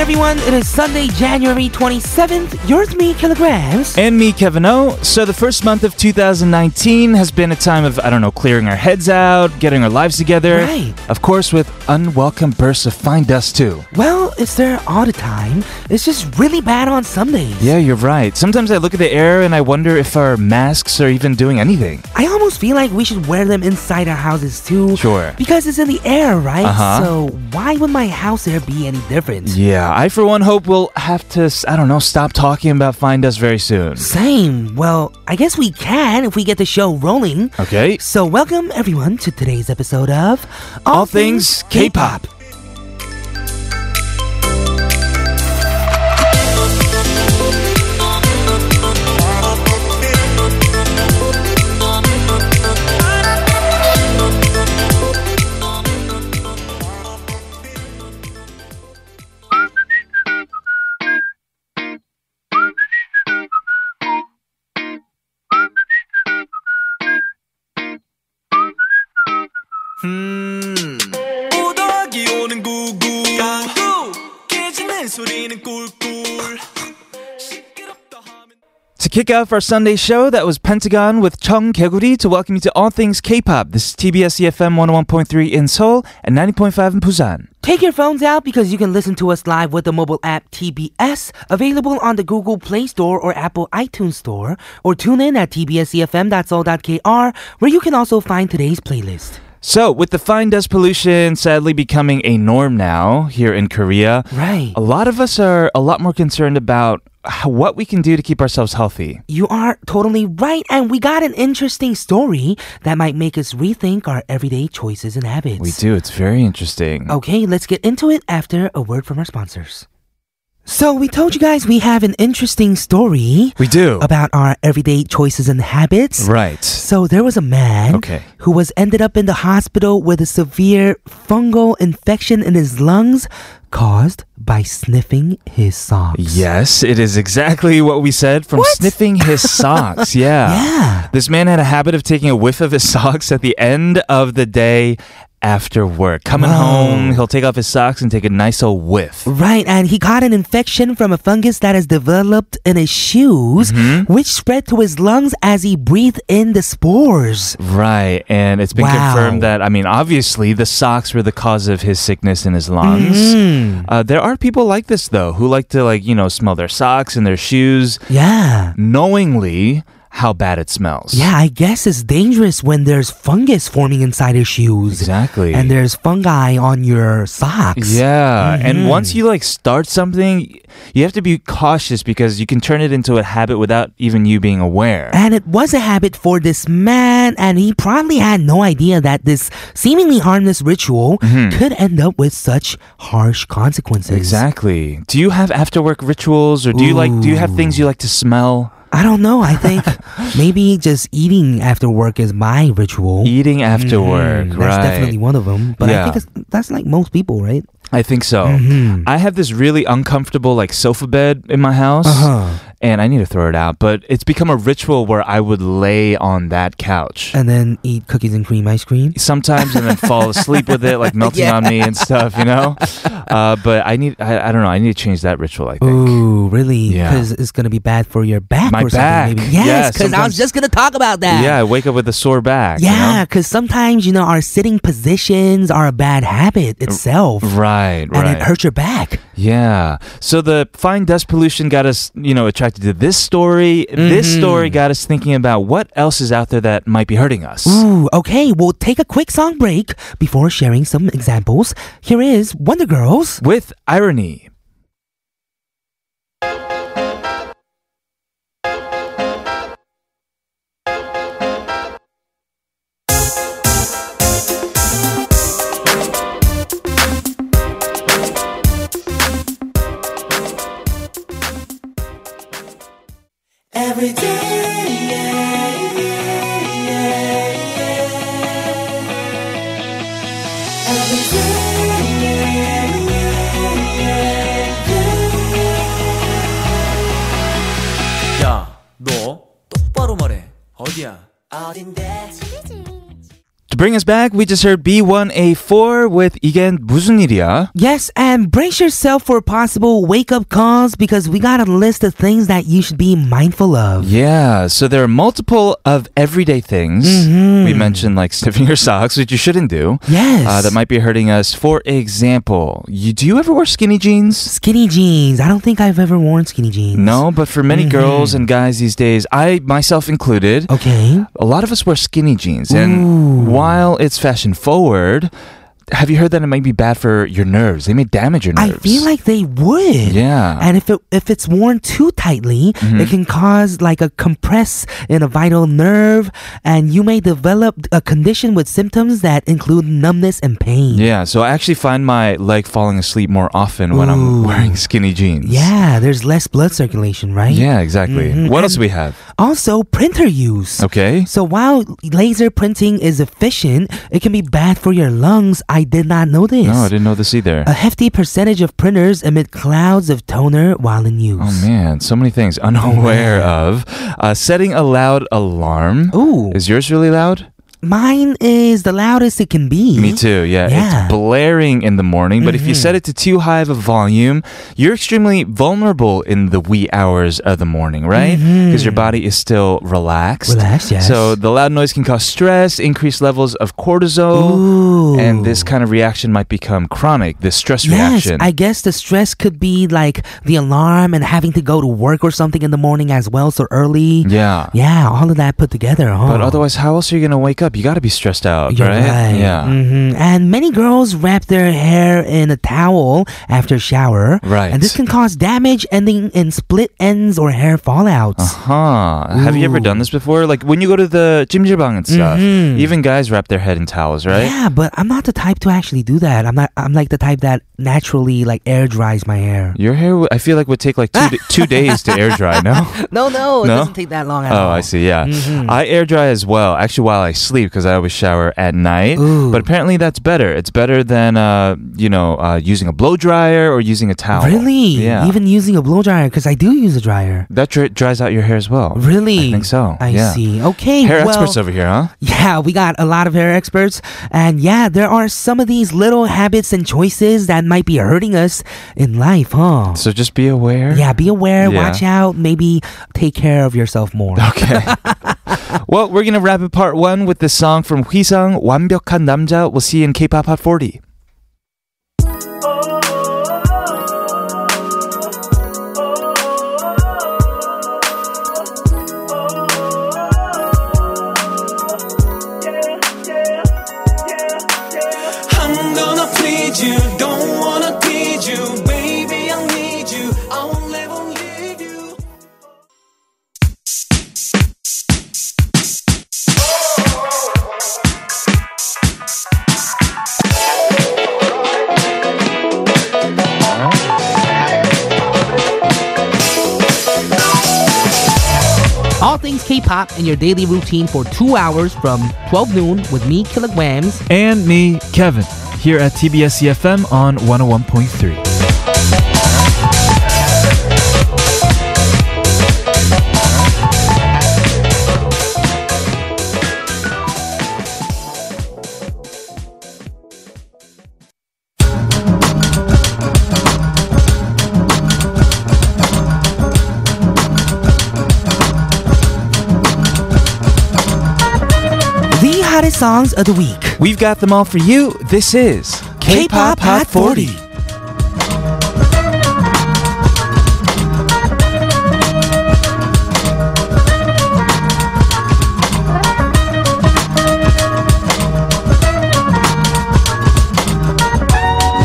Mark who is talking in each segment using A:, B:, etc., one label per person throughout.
A: everyone. It is Sunday, January 27th. Yours me, Kilograms.
B: And me, Kevin O. So, the first month of 2019 has been a time of, I don't know, clearing our heads out, getting our lives together.
A: Right.
B: Of course, with unwelcome bursts of fine dust, too.
A: Well, it's there all the time. It's just really bad on some days.
B: Yeah, you're right. Sometimes I look at the air and I wonder if our masks are even doing anything.
A: I almost feel like we should wear them inside our houses too.
B: Sure.
A: Because it's in the air, right?
B: Uh-huh.
A: So why would my house air be any different?
B: Yeah, I for one hope we'll have to, s- I don't know, stop talking about fine dust very soon.
A: Same. Well, I guess we can if we get the show rolling.
B: Okay.
A: So welcome everyone to today's episode of
B: All Things K-Pop.
C: 오더기 오는 구구 가구 깨지는 소리는 꿀꿀 시끄럽다 하면
B: To kick off our Sunday show, that was Pentagon with Chung Keguri to welcome you to All Things K-Pop. This is TBS EFM 101.3 in Seoul and 90.5 in Busan.
A: Take your phones out because you can listen to us live with the mobile app TBS, available on the Google Play Store or Apple iTunes Store, or tune in at tbscfm.soul.kr, where you can also find today's playlist.
B: So, with the fine dust pollution sadly becoming a norm now here in Korea,
A: Right.
B: a lot of us are a lot more concerned about h- what we can do to keep ourselves healthy.
A: You are totally right, and we got an interesting story that might make us rethink our everyday choices and habits.
B: We do, it's very interesting.
A: Okay, let's get into it after a word from our sponsors. So, we told you guys we have an interesting story
B: We do.
A: about our everyday choices and habits.
B: Right.
A: So there was a man
B: Okay.
A: who was ended up in the hospital with a severe fungal infection in his lungs caused by sniffing his socks.
B: Yes, it is exactly what we said from
A: What?
B: sniffing his socks. Yeah.
A: Yeah.
B: This man had a habit of taking a whiff of his socks at the end of the day after work. Coming
A: Whoa.
B: home, he'll take off his socks and take a nice old whiff.
A: Right, and he got an infection from a fungus that has developed in his shoes,
B: Mm-hmm.
A: which spread to his lungs as he breathed in the spores.
B: Right, and it's been
A: Wow.
B: confirmed that I mean, obviously, the socks were the cause of his sickness in his lungs.
A: Mm-hmm.
B: Uh, there are people like this though who like to like you know smell their socks and their shoes
A: Yeah.
B: knowingly how bad it smells.
A: Yeah, I guess it's dangerous when there's fungus forming inside your shoes.
B: exactly.
A: And there's fungi on your socks.
B: yeah,
A: Mm-hmm.
B: and once you like start something, you have to be cautious because you can turn it into a habit without even you being aware.
A: And it was a habit for this man, and he probably had no idea that this seemingly harmless ritual
B: Mm-hmm.
A: could end up with such harsh consequences.
B: Exactly. Do you have after work rituals, or do you like do you have things you like to smell?
A: I don't know. I think maybe just eating after work is my ritual. Hmm,
B: Eating after work,
A: Mm-hmm. That's
B: right?
A: definitely one of them. But I
B: Yeah.
A: think it's, that's like most people, right? Hmm.
B: I think so.
A: Mm-hmm.
B: I have this really uncomfortable like sofa bed in my house.
A: Uh-huh.
B: And I need to throw it out, but it's become a ritual where I would lay on that couch
A: And then eat cookies and cream ice cream.
B: sometimes and then fall asleep with it, like melting on me and stuff, you know? Uh, but I need, I, I don't know, I need to change that ritual, I think.
A: Ooh, really?
B: Yeah.
A: Because it's gonna be bad for your back
B: My
A: or something.
B: back.
A: Maybe.
B: Yeah,
A: Yes, because I was
B: sometimes-
A: just gonna talk about that.
B: Yeah, I wake up with a sore back. you know?
A: Yeah, because sometimes, you know, our sitting positions are a bad habit itself.
B: Right, right.
A: And it hurts your back.
B: Yeah. So the fine dust pollution got us, you know, attracted to this story.
A: Mm-hmm.
B: This story got us thinking about what else is out there that might be hurting us.
A: Ooh, okay, we'll take a quick song break before sharing some examples. Here is Wonder Girls.
B: With irony.
C: Every day
D: 야, 너 똑바로 말해. 어디야?
C: 어딘데
B: 자, To bring us back, we just heard B1A4 with 이게 무슨 일이야?
A: Yes, and brace yourself for possible wake up calls because we got a list of things that you should be mindful of.
B: Yeah, so there are multiple of everyday things. We mentioned like sniffing your socks, which you shouldn't do.
A: Mm-hmm. Yes.
B: Uh, that might be hurting us. For example, you do you ever wear skinny jeans?
A: Skinny jeans. I don't think I've ever worn skinny jeans.
B: No, but for many
A: Mm-hmm.
B: girls and guys these days, I myself included,
A: Okay.
B: a lot of us wear skinny jeans. And while it's fashion forward, have you heard that it might be bad for your nerves? They may damage your
A: I
B: nerves.
A: feel like they would.
B: Yeah. Mm-hmm.
A: And if it if it's worn too tightly, it can cause like a compress in a vital nerve, and you may develop a condition with symptoms that include numbness and pain.
B: Yeah, so I actually find my leg falling asleep more often when I'm wearing skinny jeans.
A: Yeah, there's less blood circulation, right? Mm-hmm.
B: Yeah, exactly. What else do we have?
A: Also, printer use.
B: Okay.
A: So while laser printing is efficient, it can be bad for your lungs. I did not know this.
B: No, I didn't know this either.
A: A hefty percentage of printers emit clouds of toner while in use.
B: Oh man, so many things unaware of. Uh, setting a loud alarm.
A: Ooh.
B: Is yours really loud?
A: Mine is the loudest it can be.
B: Me too.
A: Yeah.
B: Yeah,
A: Mm-hmm.
B: it's blaring in the morning, but if you set it to too high of a volume, you're extremely vulnerable in the wee hours of the morning, right? Because your body is still relaxed.
A: Mm-hmm. Relaxed, yes.
B: So the loud noise can cause stress, increased levels of cortisol,
A: Ooh.
B: and this kind of reaction might become chronic. This stress
A: Yes,
B: reaction.
A: I guess the stress could be like the alarm and having to go to work or something in the morning as well, so early.
B: yeah.
A: Yeah, all of that put together. Huh?
B: But otherwise, how else are you gonna wake up? You gotta be stressed out,
A: Oh. You're
B: right? Yeah.
A: hmm And many girls wrap their hair in a towel after shower.
B: Right.
A: And this can cause damage, ending in split ends or hair fallouts.
B: Uh-huh. Huh. Have you ever done this before? Like when you go to the gymjibang and stuff, even guys wrap their head in towels, right?
A: Mm-hmm. Yeah, but I'm not the type to actually do that. I'm not. I'm like the type that naturally like air dries my hair.
B: Your hair, w- I feel like, would take like two, d- two days to air dry. No.
A: No, no, it
B: No?
A: doesn't take that long at
B: Oh,
A: all.
B: I see. Yeah,
A: Mm-hmm.
B: I air dry as well. Actually, while I sleep, because I always shower at night.
A: Ooh.
B: But apparently, that's better. It's better than uh, you know, uh, using a blow dryer or using a towel.
A: Really?
B: Yeah.
A: Even using a blow dryer because I do use a dryer.
B: that dri- dries out your hair as well.
A: Really?
B: I think so.
A: I
B: yeah.
A: see. Okay.
B: Hair
A: well,
B: experts over here, huh?
A: Yeah, we got a lot of hair experts. And yeah, there are some of these little habits and choices that might be hurting us in life, huh?
B: So just be aware.
A: Yeah, be aware,
B: Yeah.
A: watch out, maybe take care of yourself more.
B: Okay. well, we're gonna wrap up part one with this song from Hwee-sung, 완벽한 남자. We'll see you in K-pop Hot 40.
C: I'm gonna please you, don't wanna tease you, baby. I need you, I won't let won't leave you.
A: All things K-pop in your daily routine for two hours from 12 noon with me, Kilograms.
B: And me, Kevin, here at TBS EFM on 101.3.
A: The hottest songs of the week.
B: We've got them all for you. This is
A: K-pop Hot 40.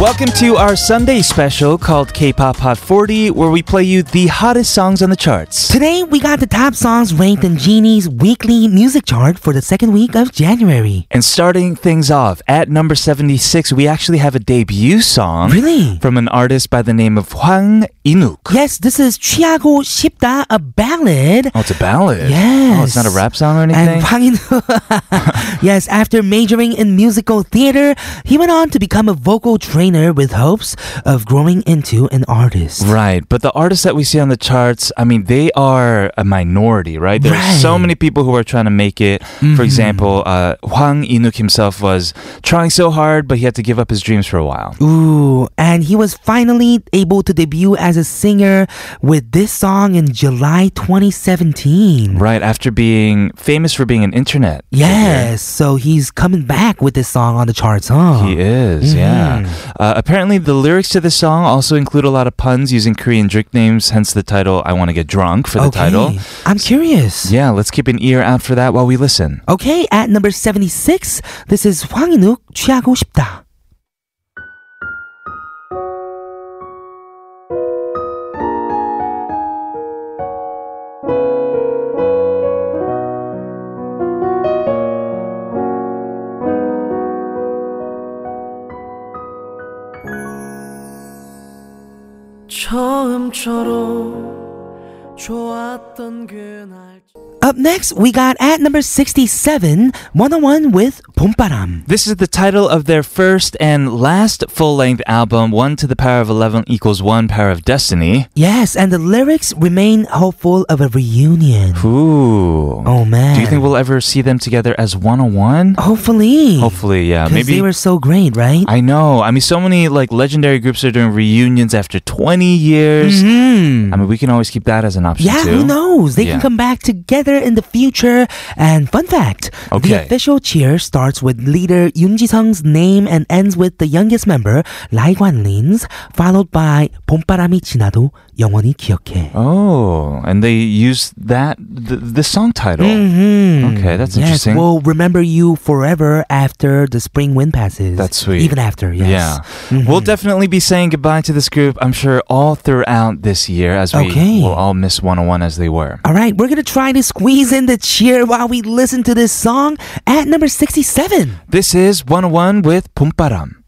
B: Welcome to our Sunday special called K-pop Hot 40, where we play you the hottest songs on the charts.
A: Today we got the top songs ranked in Genie's weekly music chart for the second week of January.
B: And starting things off at number 76, we actually have a debut song
A: Really?
B: from an artist by the name of Hwang Inuk.
A: Yes, this is Chiago Shipta, a ballad.
B: Oh, it's a ballad.
A: Yes.
B: Oh, it's not a rap song or anything.
A: And Hwang In- yes, after majoring in musical theater, he went on to become a vocal trainer beginner with hopes of growing into an artist.
B: Right. But the artists that we see on the charts, I mean, they are a minority, right? There are so
A: Right. Mm-hmm.
B: many people who are trying to make it. For example, uh, Hwang Inuk himself was trying so hard, but he had to give up his dreams for a while.
A: Ooh, and he was finally able to debut as a singer with this song in July 2017.
B: Right. After being famous for being an internet.
A: Yes, Oh. so he's coming back with this song on the charts, huh?
B: He is, yeah.
A: Mm-hmm.
B: Uh, apparently, the lyrics to this song also include a lot of puns using Korean drink names, hence the title I Want to Get Drunk for the
A: okay.
B: title.
A: I'm curious.
B: Yeah, let's keep an ear out for that while we listen.
A: Okay, at number 76, this is Hwang Inuk, 취하고 싶다.
C: 처음처럼 좋았던 그날
A: Up next, we got at number 67, 101 with 봄바람.
B: This is the title of their first and last full length album, 1 to the Power of 11 equals 1 Power of Destiny.
A: Yes, and the lyrics remain hopeful of a reunion.
B: Ooh.
A: Oh man.
B: Do you think we'll ever see them together as 101?
A: Hopefully.
B: Hopefully, Oh, yeah.
A: 'Cause
B: Maybe.
A: they were so great, right?
B: I know. I mean, so many like legendary groups are doing reunions after 20 years.
A: Hmm.
B: I mean, we can always keep that as an option
A: Yeah, who
B: too.
A: knows? They can
B: Yeah.
A: come back together in the future. And fun fact, the
B: Okay.
A: official cheer starts with leader Yoon Ji-sung's name and ends with the youngest member, Lai Guan-lin's, followed by 봄바람이 지나도 영원히 기억해.
B: Oh, and they used that th- the song title.
A: Mhm.
B: Okay, that's
A: yes,
B: interesting.
A: We'll remember you forever after the spring wind passes.
B: That's sweet.
A: Even after, yes. Mm-hmm.
B: Yeah. We'll definitely be saying goodbye to this group, I'm sure, all throughout this year as we
A: Okay.
B: will all miss 101 as they were.
A: All right, we're going to try to squeeze in the cheer while we listen to this song at number 67.
B: This is 101 with Pumparam.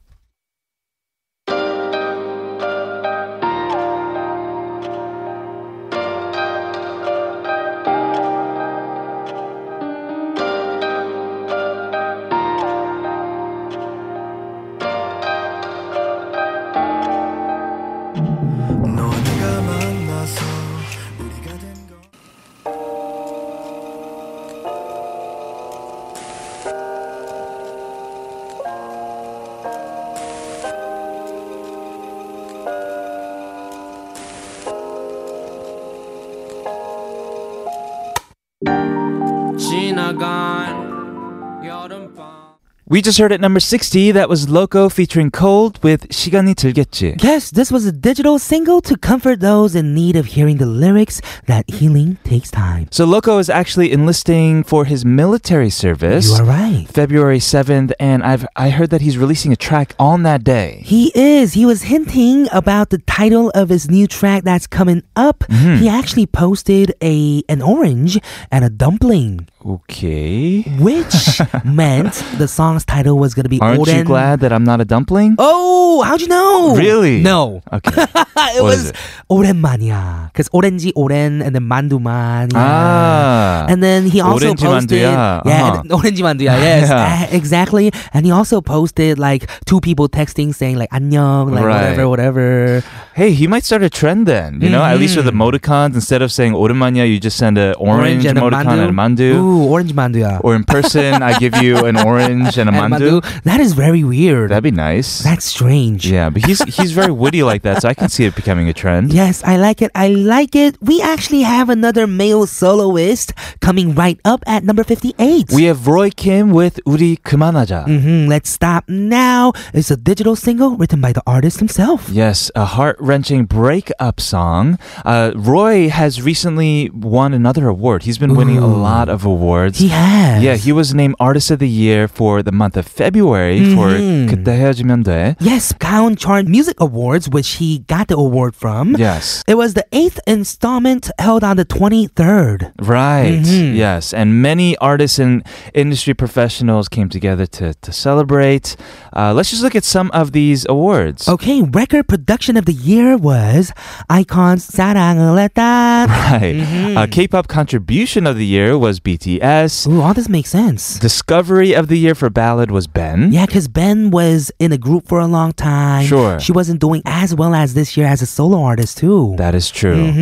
C: 너와 내가 만나서 우리가 된 거.
B: We just heard at number 60, that was Loco featuring Cold with 시간이 들겠지.
A: Yes, this was a digital single to comfort those in need of hearing the lyrics that healing takes time.
B: So Loco is actually enlisting for his military service.
A: You are right.
B: February 7th, and I've I heard that he's releasing a track on that day.
A: He is. He was hinting about the title of his new track that's coming up.
B: Mm-hmm.
A: He actually posted a an orange and a dumpling,
B: Okay.
A: which meant the song's title was going to be
B: Aren't you
A: Oden-
B: glad that I'm not a dumpling?
A: Oh, how'd you know?
B: Really?
A: No.
B: Okay.
A: it
B: What
A: was
B: is it?
A: 오랜만이야. Because 오렌지 오랜 and then 만두만이야.
B: Ah.
A: And then he also
B: 오렌지
A: posted,
B: 만두야.
A: yeah,
B: Uh-huh.
A: and, orange manduya, yes,
B: Yeah.
A: uh, exactly. And he also posted like two people texting saying like 안녕, like
B: Right.
A: whatever, whatever.
B: Hey, he might start a trend then. You know, at least with emoticons, instead of saying "orange," you just send an orange,
A: Mm-hmm. and a
B: emoticon and a mandu.
A: Ooh, orange manduya.
B: Or in person, I give you an orange and a
A: And
B: mandu.
A: That is very weird.
B: That'd be nice.
A: That's strange.
B: yeah, but he's he's very witty like that, so I can see it becoming a trend.
A: Yes, I like it. I like it. We actually have another male soloist coming right up at number 58.
B: We have Roy Kim with Uri Kumanaja.
A: hmm Let's stop now. It's a digital single written by the artist himself.
B: Yes, a heart wrenching breakup song. Uh, Roy has recently won another award. He's been winning a lot of awards.
A: He has.
B: yeah, he was named Artist of the Year for the month of February for
A: Mhm.
B: 그때 헤어지면 돼.
A: Yes, Gaon Chart Music Awards, which he got the award from.
B: Yes.
A: It was the eighth installment held on the 23rd.
B: Right.
A: Mhm.
B: Yes. And many artists and industry professionals came together to, to celebrate. Uh, let's just look at some of these awards. Uh,
A: Okay, record production of the year was Icons 사랑을 했다. Mm-hmm.
B: Right. Uh, K pop contribution of the year was BTS. BTS.
A: Ooh, all this makes sense.
B: Discovery of the year for ballad was Ben.
A: Yeah, because Ben was in a group for a long time.
B: Sure.
A: She wasn't doing as well as this year as a solo artist, too.
B: That is true.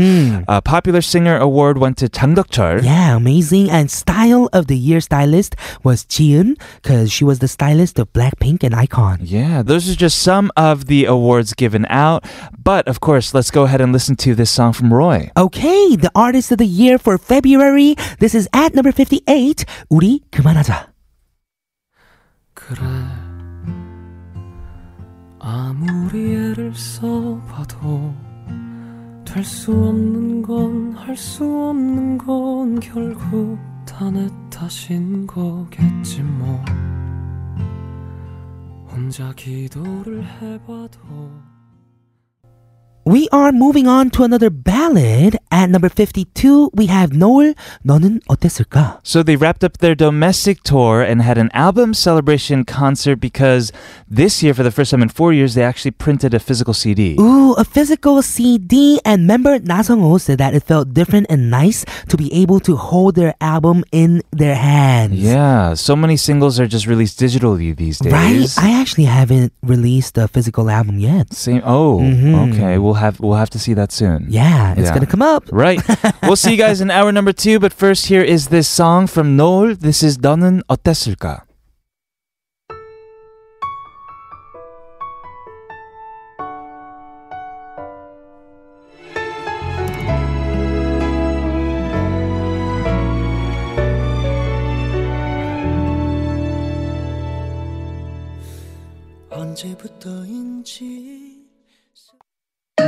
B: Uh, popular singer award went to Chang Deok-cheol.
A: Mm-hmm. yeah, amazing. And style of the year stylist was Jiun, because she was the stylist of Blackpink and Icon.
B: Yeah, those are just some of the awards given out. But of course, let's go ahead and listen to this song from Roy.
A: Okay, the artist of the year for February. This is at number 58. 우리 그만하자.
C: 그래 아무리 애를 써봐도 될 수 없는 건 할 수 없는 건 결국 다 내 탓인 거겠지 뭐 혼자 기도를 해봐도
A: We are moving on to another ballad. At number 52, we have 노을, 너는 어땠을까?
B: So they wrapped up their domestic tour and had an album celebration concert because this year, for the first time in four years, they actually printed a physical CD.
A: Ooh, a physical CD. And member Na Sung-ho said that it felt different and nice to be able to hold their album in their hands.
B: Yeah, so many singles are just released digitally these days.
A: Right? I actually haven't released a physical album yet.
B: Same. Oh,
A: Mhm.
B: okay. We'll have we'll have to see that soon.
A: Yeah, it's
B: Yeah.
A: gonna come up.
B: Right. we'll see you guys in hour number two. But first, here is this song from Noel. This is 너는 어땠을까?
C: 언제부터인지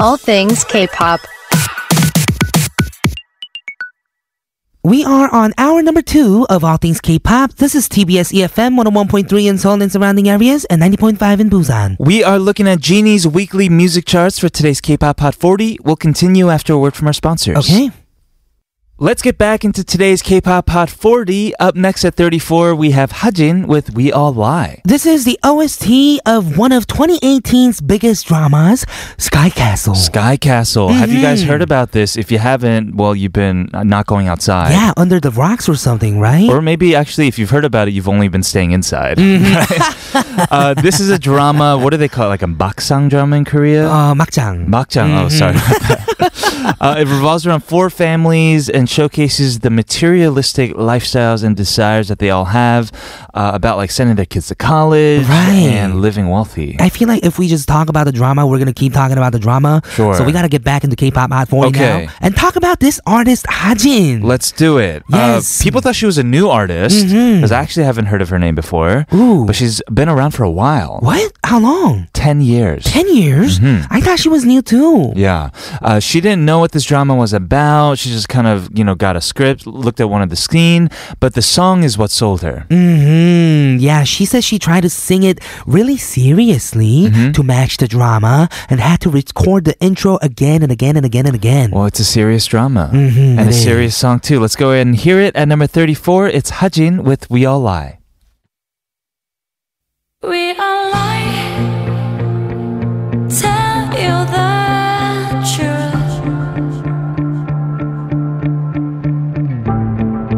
D: All things K. Pop.
A: We are on hour number two of All Things K-pop. This is TBS EFM 101.3 in Seoul and surrounding areas and 90.5 in Busan.
B: We are looking at Genie's weekly music charts for today's K-pop Hot 40. We'll continue after a word from our sponsors.
A: Okay.
B: Let's get back into today's K-pop Hot 40. Up next at 34, we have Hajin with We All Lie.
A: This is the OST of one of 2018's biggest dramas, Sky Castle.
B: Sky Castle. Have you guys
A: Mm-hmm.
B: heard about this? If you haven't, well, you've been uh, not going outside.
A: yeah, under the rocks or something, right?
B: Or maybe actually, if you've heard about it, you've only been staying inside.
A: Mm-hmm.
B: Right? uh, this is a drama. What do they call it? Like a baksang drama in Korea?
A: uh, 막장.
B: Makjang. Oh, sorry.
A: Mm-hmm.
B: uh, it revolves around four families and showcases the materialistic lifestyles and desires that they all have uh, about like sending their kids to college
A: Right.
B: and living wealthy.
A: I feel like if we just talk about the drama, we're gonna keep talking about the drama.
B: Sure.
A: So we gotta get back into K-pop hot 40
B: Okay.
A: now and talk about this artist Hajin.
B: Let's do it.
A: Yes. Mm-hmm.
B: Uh, people thought she was a new artist because I actually haven't heard of her name before,
A: Ooh.
B: but she's been around for a while.
A: what? How long?
B: 10 years.
A: Ten years?
B: Mm-hmm.
A: I thought she was new too.
B: Yeah. Uh, she didn't know what this drama was about. She just kind of, you know, got a script, looked at one of the scene, but the song is what sold her.
A: hmm Yeah, she says she tried to sing it really seriously to match the drama and had to record the intro again and again and again and again.
B: Well, it's a serious drama
A: Mhm,
B: and a
A: it is.
B: serious song too. Let's go ahead and hear it at number 34. It's Hajin with We All Lie.
E: We are lying. Tell you the truth.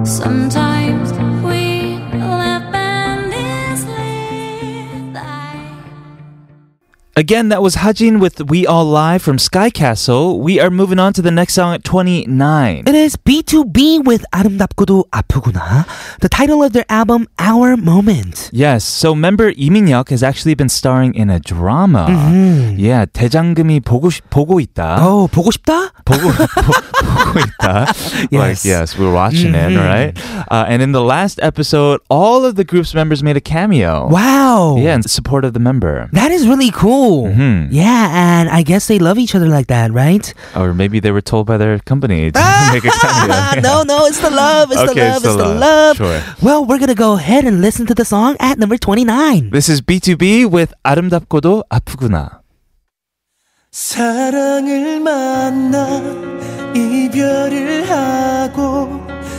E: Sometimes we live and is life.
B: Again, that was Hajin with We All Lie from Sky Castle. We are moving on to the next song at 29.
A: It is B2B with 아름답고도 아프구나, the title of their album Our Moment.
B: Yes, so member Lee Min-hyuk has actually been starring in a drama. Yeah, 대장금이 보고 싶- 보고 있다.
A: Mm-hmm. Oh, 보고 싶다?
B: 보고, 보, 보고 있다.
A: Yes.
B: Like,
A: Mm-hmm.
B: yes, we're watching it, right? Uh, and in the last episode, all of the group's members made a cameo.
A: Wow.
B: Yeah, in support of the member.
A: That is really cool.
B: Mhm.
A: Yeah, and I guess they love each other like that, right?
B: Or maybe they were told by their company to make a cameo.
A: no, no, it's the love. It's the
B: Okay,
A: Ah,
B: uh,
A: love. It's the, love.
B: Sure.
A: Well, we're going to go ahead and listen to the song at number 29.
B: This is B2B with 아름답고도 아프구나.
C: 사랑을 만나 이별을 하고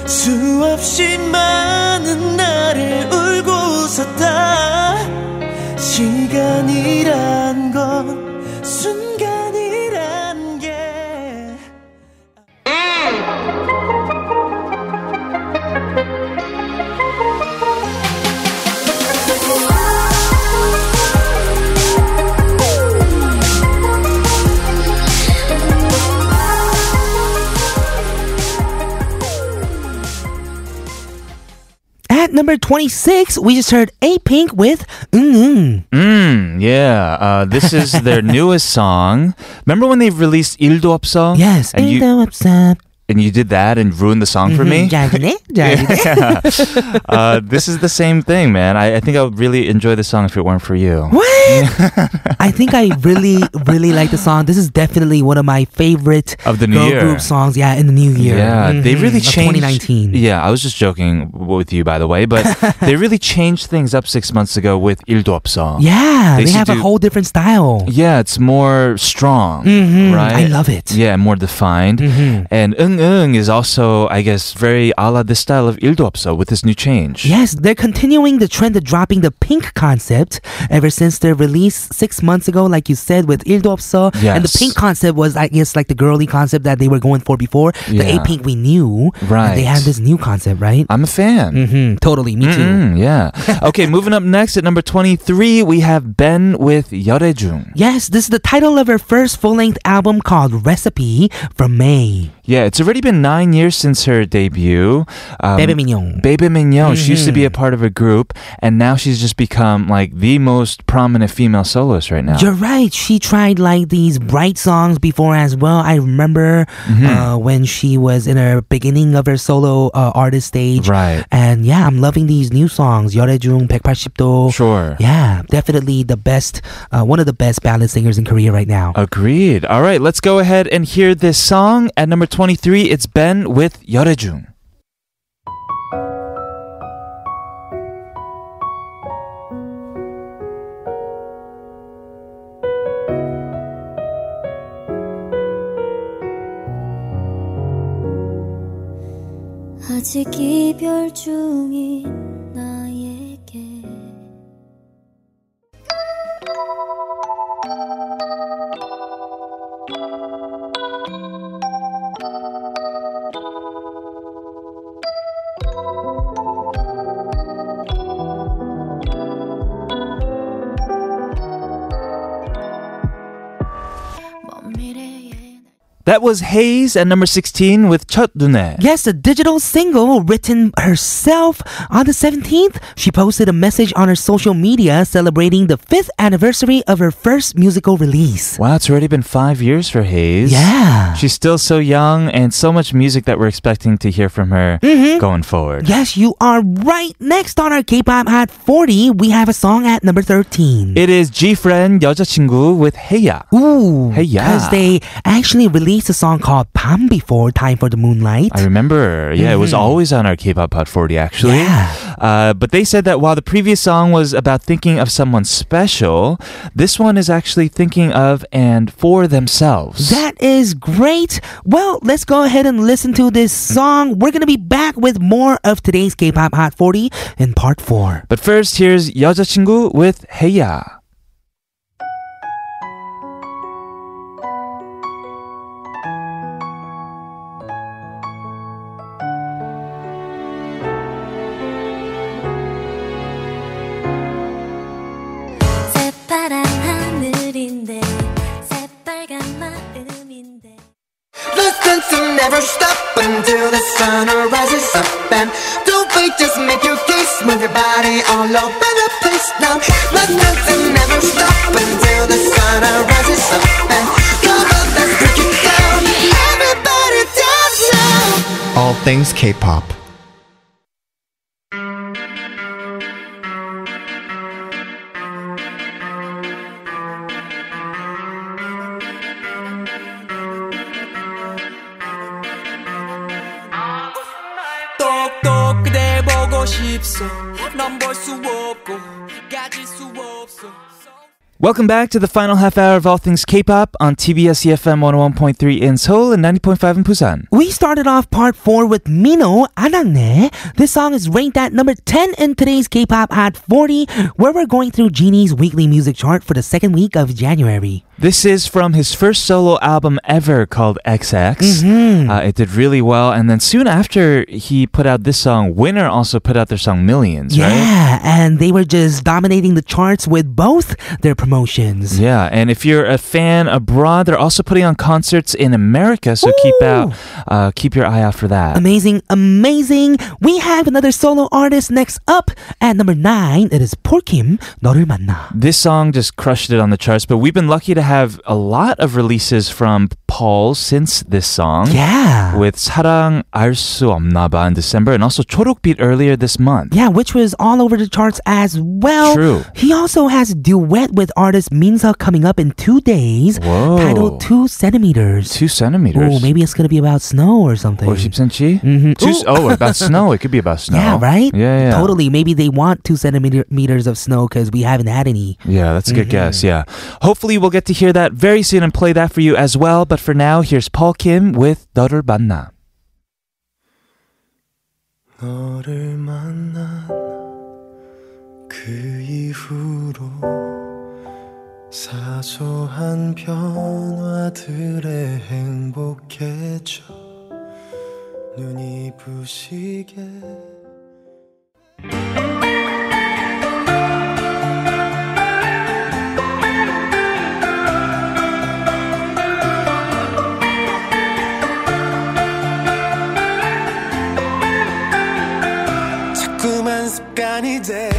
C: 수없이 많은 나를 울고 웃었다 시간이란 건 순간이란 게
A: At number 26, we just heard A Pink with Mm
B: Mm, yeah. Uh, this is their newest song. Remember when they released 일도 없어?
A: Yes.
B: And you,
A: 일도 없어.
B: and you did that and ruined the song for me?
A: 잘하네, 잘하네.
B: Uh, this is the same thing, man. I, I think I would really enjoy the song if it weren't for you.
A: What? I think I really, really like the song. This is definitely one of my favorite
B: Of the new
A: girl
B: year.
A: group songs. Yeah, in the new year.
B: Yeah, they
A: Mhm,
B: really
A: of
B: changed.
A: 2019.
B: Yeah, I was just joking with you, by the way, but they really changed things up six months ago with 일도 없어.
A: Yeah,
B: They
A: they,
B: used to
A: have a
B: do-
A: whole different style.
B: Yeah, it's more strong,
A: Mhm,
B: right?
A: I love it. Mm-hmm.
B: Yeah, more defined. And Eung Eung is also, I guess, very a la the style of 일도 없어 with this new change.
A: Yes, they're continuing the trend of dropping the pink concept ever since their release six months ago, like you said, with Ildo Opso. And the
B: Yes.
A: pink concept was, I guess, like the girly concept that they were going for before. The A
B: Yeah.
A: pink we knew. And they
B: Right.
A: had this new concept, right?
B: I'm a fan.
A: mm-hmm. Totally. Me too.
B: Mm, yeah. Okay, moving up next at number 23, we have Ben with 열애중.
A: Yes, this is the title of her first full length album called Recipe from May.
B: Yeah, it's already been nine years since her debut. Um,
A: Bebe Mignon. Mm-hmm.
B: Bebe Mignon, she used to be a part of a group, and now she's just become like the most prominent female soloist right now.
A: You're right. She tried like these bright songs before as well. I remember
B: Mm-hmm.
A: uh, when she was in her beginning of her solo uh, artist stage.
B: Right.
A: And yeah, I'm loving these new songs. 열애중 180도.
B: Sure.
A: Yeah, definitely the best, uh, one of the best ballad singers in Korea right now.
B: Agreed. All right, let's go ahead and hear this song. At number 23, it's Ben with 열애중.
F: 아직 이별 중인 나에게
E: 먼 미래에
B: That was Hayes at number 16 with 첫눈에.
A: Yes, a digital single written herself. On the 17th, she posted a message on her social media celebrating the fifth anniversary of her first musical release.
B: Wow, it's already been five years for Hayes.
A: Yeah.
B: She's still so young and so much music that we're expecting to hear from her
A: Mm-hmm.
B: going forward.
A: Yes, you are right. Next on our K-pop Hot 40, we have a song at number 13.
B: It is G Friend 여자친구 with Heya.
A: Ooh,
B: Hey-ya.
A: because they actually released a song called "Palm Before Time for the Moonlight."
B: I remember. Yeah, it was always on our K-pop Hot 40
A: Mm-hmm.
B: actually.
A: Yeah.
B: Uh, but they said that while the previous song was about thinking of someone special, this one is actually thinking of and for themselves.
A: That is great. Well, let's go ahead and listen to this song. We're gonna be back with more of today's K-pop Hot 40 in part four.
B: but first, here's 여자친구 with Heya.
F: 새파란 하늘인데 새빨간 마음인데
G: Let's dance and never stop until the sun rises up and don't wait, just make your case, move your body all over the place now. Let's dance and never stop until the sun rises up and come on, let's break it down. Everybody dance now. All things K-pop.
C: 보고 싶소 넌 볼 수 없고 가질 수 없어
B: Welcome back to the final half hour of All Things K-pop on TBS EFM 101.3 in Seoul and 90.5 in Busan.
A: We started off part 4 with Mino Anangne. This song is ranked at number 10 in today's K-pop Hot 40, where we're going through Genie's weekly music chart for the second week of January.
B: This is from his first solo album ever called XX.
A: Mm-hmm.
B: Uh, it did really well, and then soon after he put out this song, Winner also put out their song Millions, right?
A: Yeah, and they were just dominating the charts with both their promotions.
B: Yeah, and if you're a fan abroad, they're also putting on concerts in America, so keep
A: Ooh.
B: out, uh, keep your eye out for that.
A: Amazing, amazing. We have another solo artist next up at number 9. It is Porkim 너를 만나.
B: This song just crushed it on the charts, but we've been lucky to have a lot of releases from Paul since this song.
A: Yeah.
B: With 사랑 알수 없나 봐 in December and also 초록빛 earlier this month.
A: Yeah, which was all over the charts as well.
B: True.
A: He also has a duet with artist Minsa coming up in two days.
B: Whoa.
A: Titled Two Centimeters.
B: Two centimeters.
A: Oh, maybe it's gonna be about snow or something.
B: Or 10cm?
A: Mhm.
B: Two, c- oh, about snow. It could be about snow.
A: Yeah, right?
B: Yeah, yeah.
A: Totally. Maybe they want two centimeter meters of snow because we haven't had any.
B: Yeah, that's a good
A: Mm-hmm.
B: guess. Yeah. Hopefully, we'll get to hear that very soon and play that for you as well. But for now, here's Paul Kim with 너를 만나.
C: 너를 만난 그 이후로 사소한 변화들에 행복해져 눈이 부시게 자꾸만 습관이 돼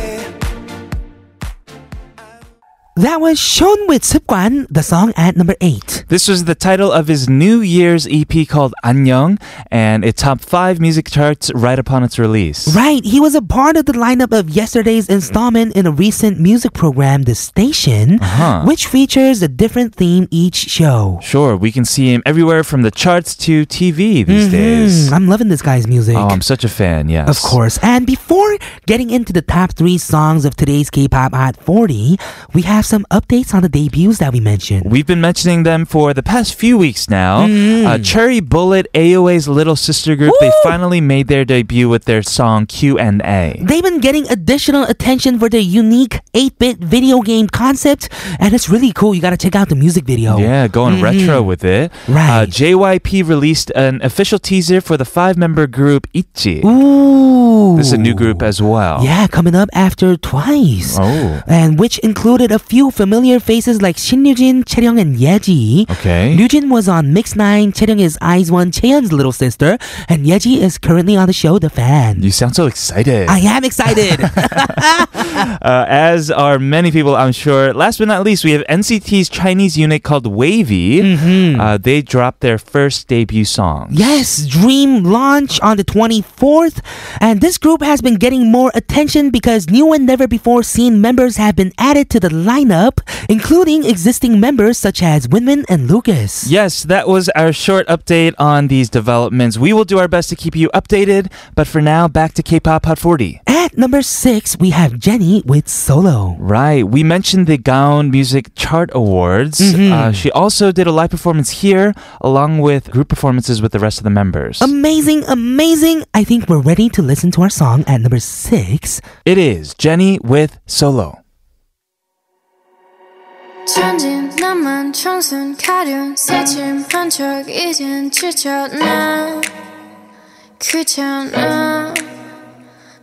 A: That was shown with Sipkwan, the song at number eight.
B: This was the title of his New Year's EP called 안녕, and it topped five music charts right upon its release.
A: Right, he was a part of the lineup of yesterday's installment in a recent music program, The Station,
B: Uh-huh.
A: which features a different theme each show.
B: Sure, we can see him everywhere from the charts to TV these days.
A: Hmm, I'm loving this guy's music.
B: Oh, I'm such a fan, yes.
A: of course. And before getting into the top three songs of today's K pop Hot 40, we have some updates on the debuts that we mentioned.
B: We've been mentioning them for the past few weeks now.
A: Mm-hmm.
B: Uh, Cherry Bullet, AOA's little sister group, they finally made their debut with their song Q and A.
A: They've been getting additional attention for their unique 8 bit video game concept, and it's really cool. You gotta check out the music video.
B: Yeah, going retro with it.
A: Oh. Mm-hmm. Right.
B: Uh, JYP released an official teaser for the five-member group Ichi.
A: Ooh.
B: This is a new group as well.
A: Yeah, coming up after twice.
B: Oh.
A: And which included a few familiar faces like Shin Yujin, Chaeryeong, and Yeji.
B: Okay.
A: Yujin was on Mix 9, Chaeryeong is Eyes 1, Chaeyeon's little sister, and Yeji is currently on the show The Fan.
B: you sound so excited.
A: I am excited.
B: Uh, as are many people, I'm sure. Last but not least, we have NCT's Chinese unit called Wavy. Uh, they dropped their first debut song.
A: Mm-hmm. yes, Dream launch on the 24th. And this group has been getting more attention because new and never before seen members have been added to the lineup, including existing members such as Winmin and Lucas.
B: Yes, that was our short update on these developments. We will do our best to keep you updated, but for now, back to K-pop Hot 40.
A: At number six, we have Jenny with Solo.
B: Right, we mentioned the Gaon Music Chart Awards.
A: Mm-hmm.
B: Uh, she also did a live performance here, along with group performances with the rest of the members.
A: Amazing, amazing. I think we're ready to listen to our song at number six.
B: it is Jenny with Solo.
E: 천진 나만 청순 가련 새침 반짝 이젠 지쳤나 귀찮아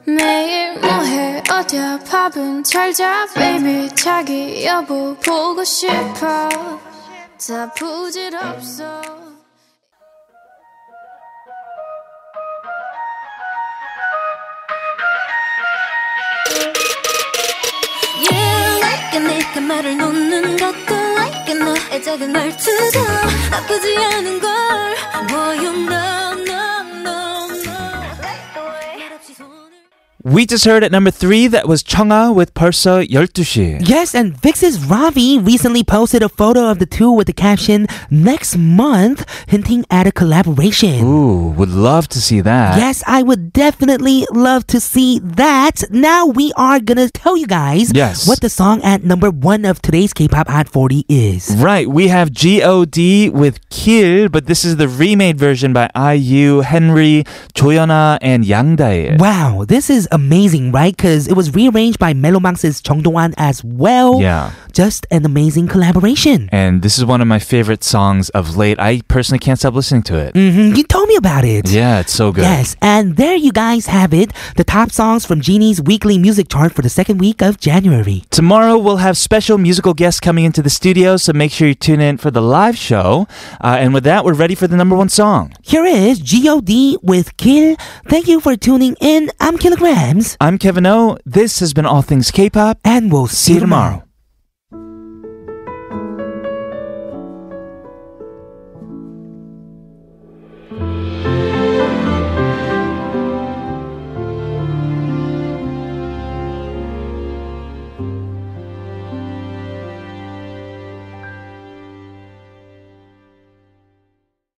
E: 매일 뭐해 어디야 밥은 잘자 baby 자기 여보 보고 싶어 다 부질없어
F: Yeah, like it, 내가 말을 놓는 것도 like it, 너의 작은 말투도 나쁘지 않은 걸 Boy, you know, no, no, no. Like the way 말없이 손을
B: We just heard at number three that was Chunga with Persa 12시.
A: Yes, and Vix's Ravi recently posted a photo of the two with the caption "Next month," hinting at a collaboration.
B: Ooh, would love to see that.
A: Yes, I would definitely love to see that. Now we are gonna tell you guys
B: Yes.
A: what the song at number one of today's K-pop Hot 40 is.
B: Right, we have G.O.D. with Kill, but this is the remade version by IU, Henry, Joyeona, and Yang Dae.
A: Wow, this is amazing, right? Because it was rearranged by Melomanx's Chong Dong-an as well.
B: Yeah.
A: Just an amazing collaboration.
B: And this is one of my favorite songs of late. I personally can't stop listening to it.
A: hmm You told me about it.
B: Mm-hmm. Yeah, it's so good.
A: Yes, and there you guys have it. The top songs from Genie's weekly music chart for the second week of January.
B: Tomorrow we'll have special musical guests coming into the studio, so make sure you tune in for the live show. Uh, and with that, we're ready for the number one song.
A: Here is G.O.D. with Kill. Thank you for tuning in. I'm Kilograms.
B: I'm Kevin O. This has been All Things K-pop.
A: and we'll see you tomorrow.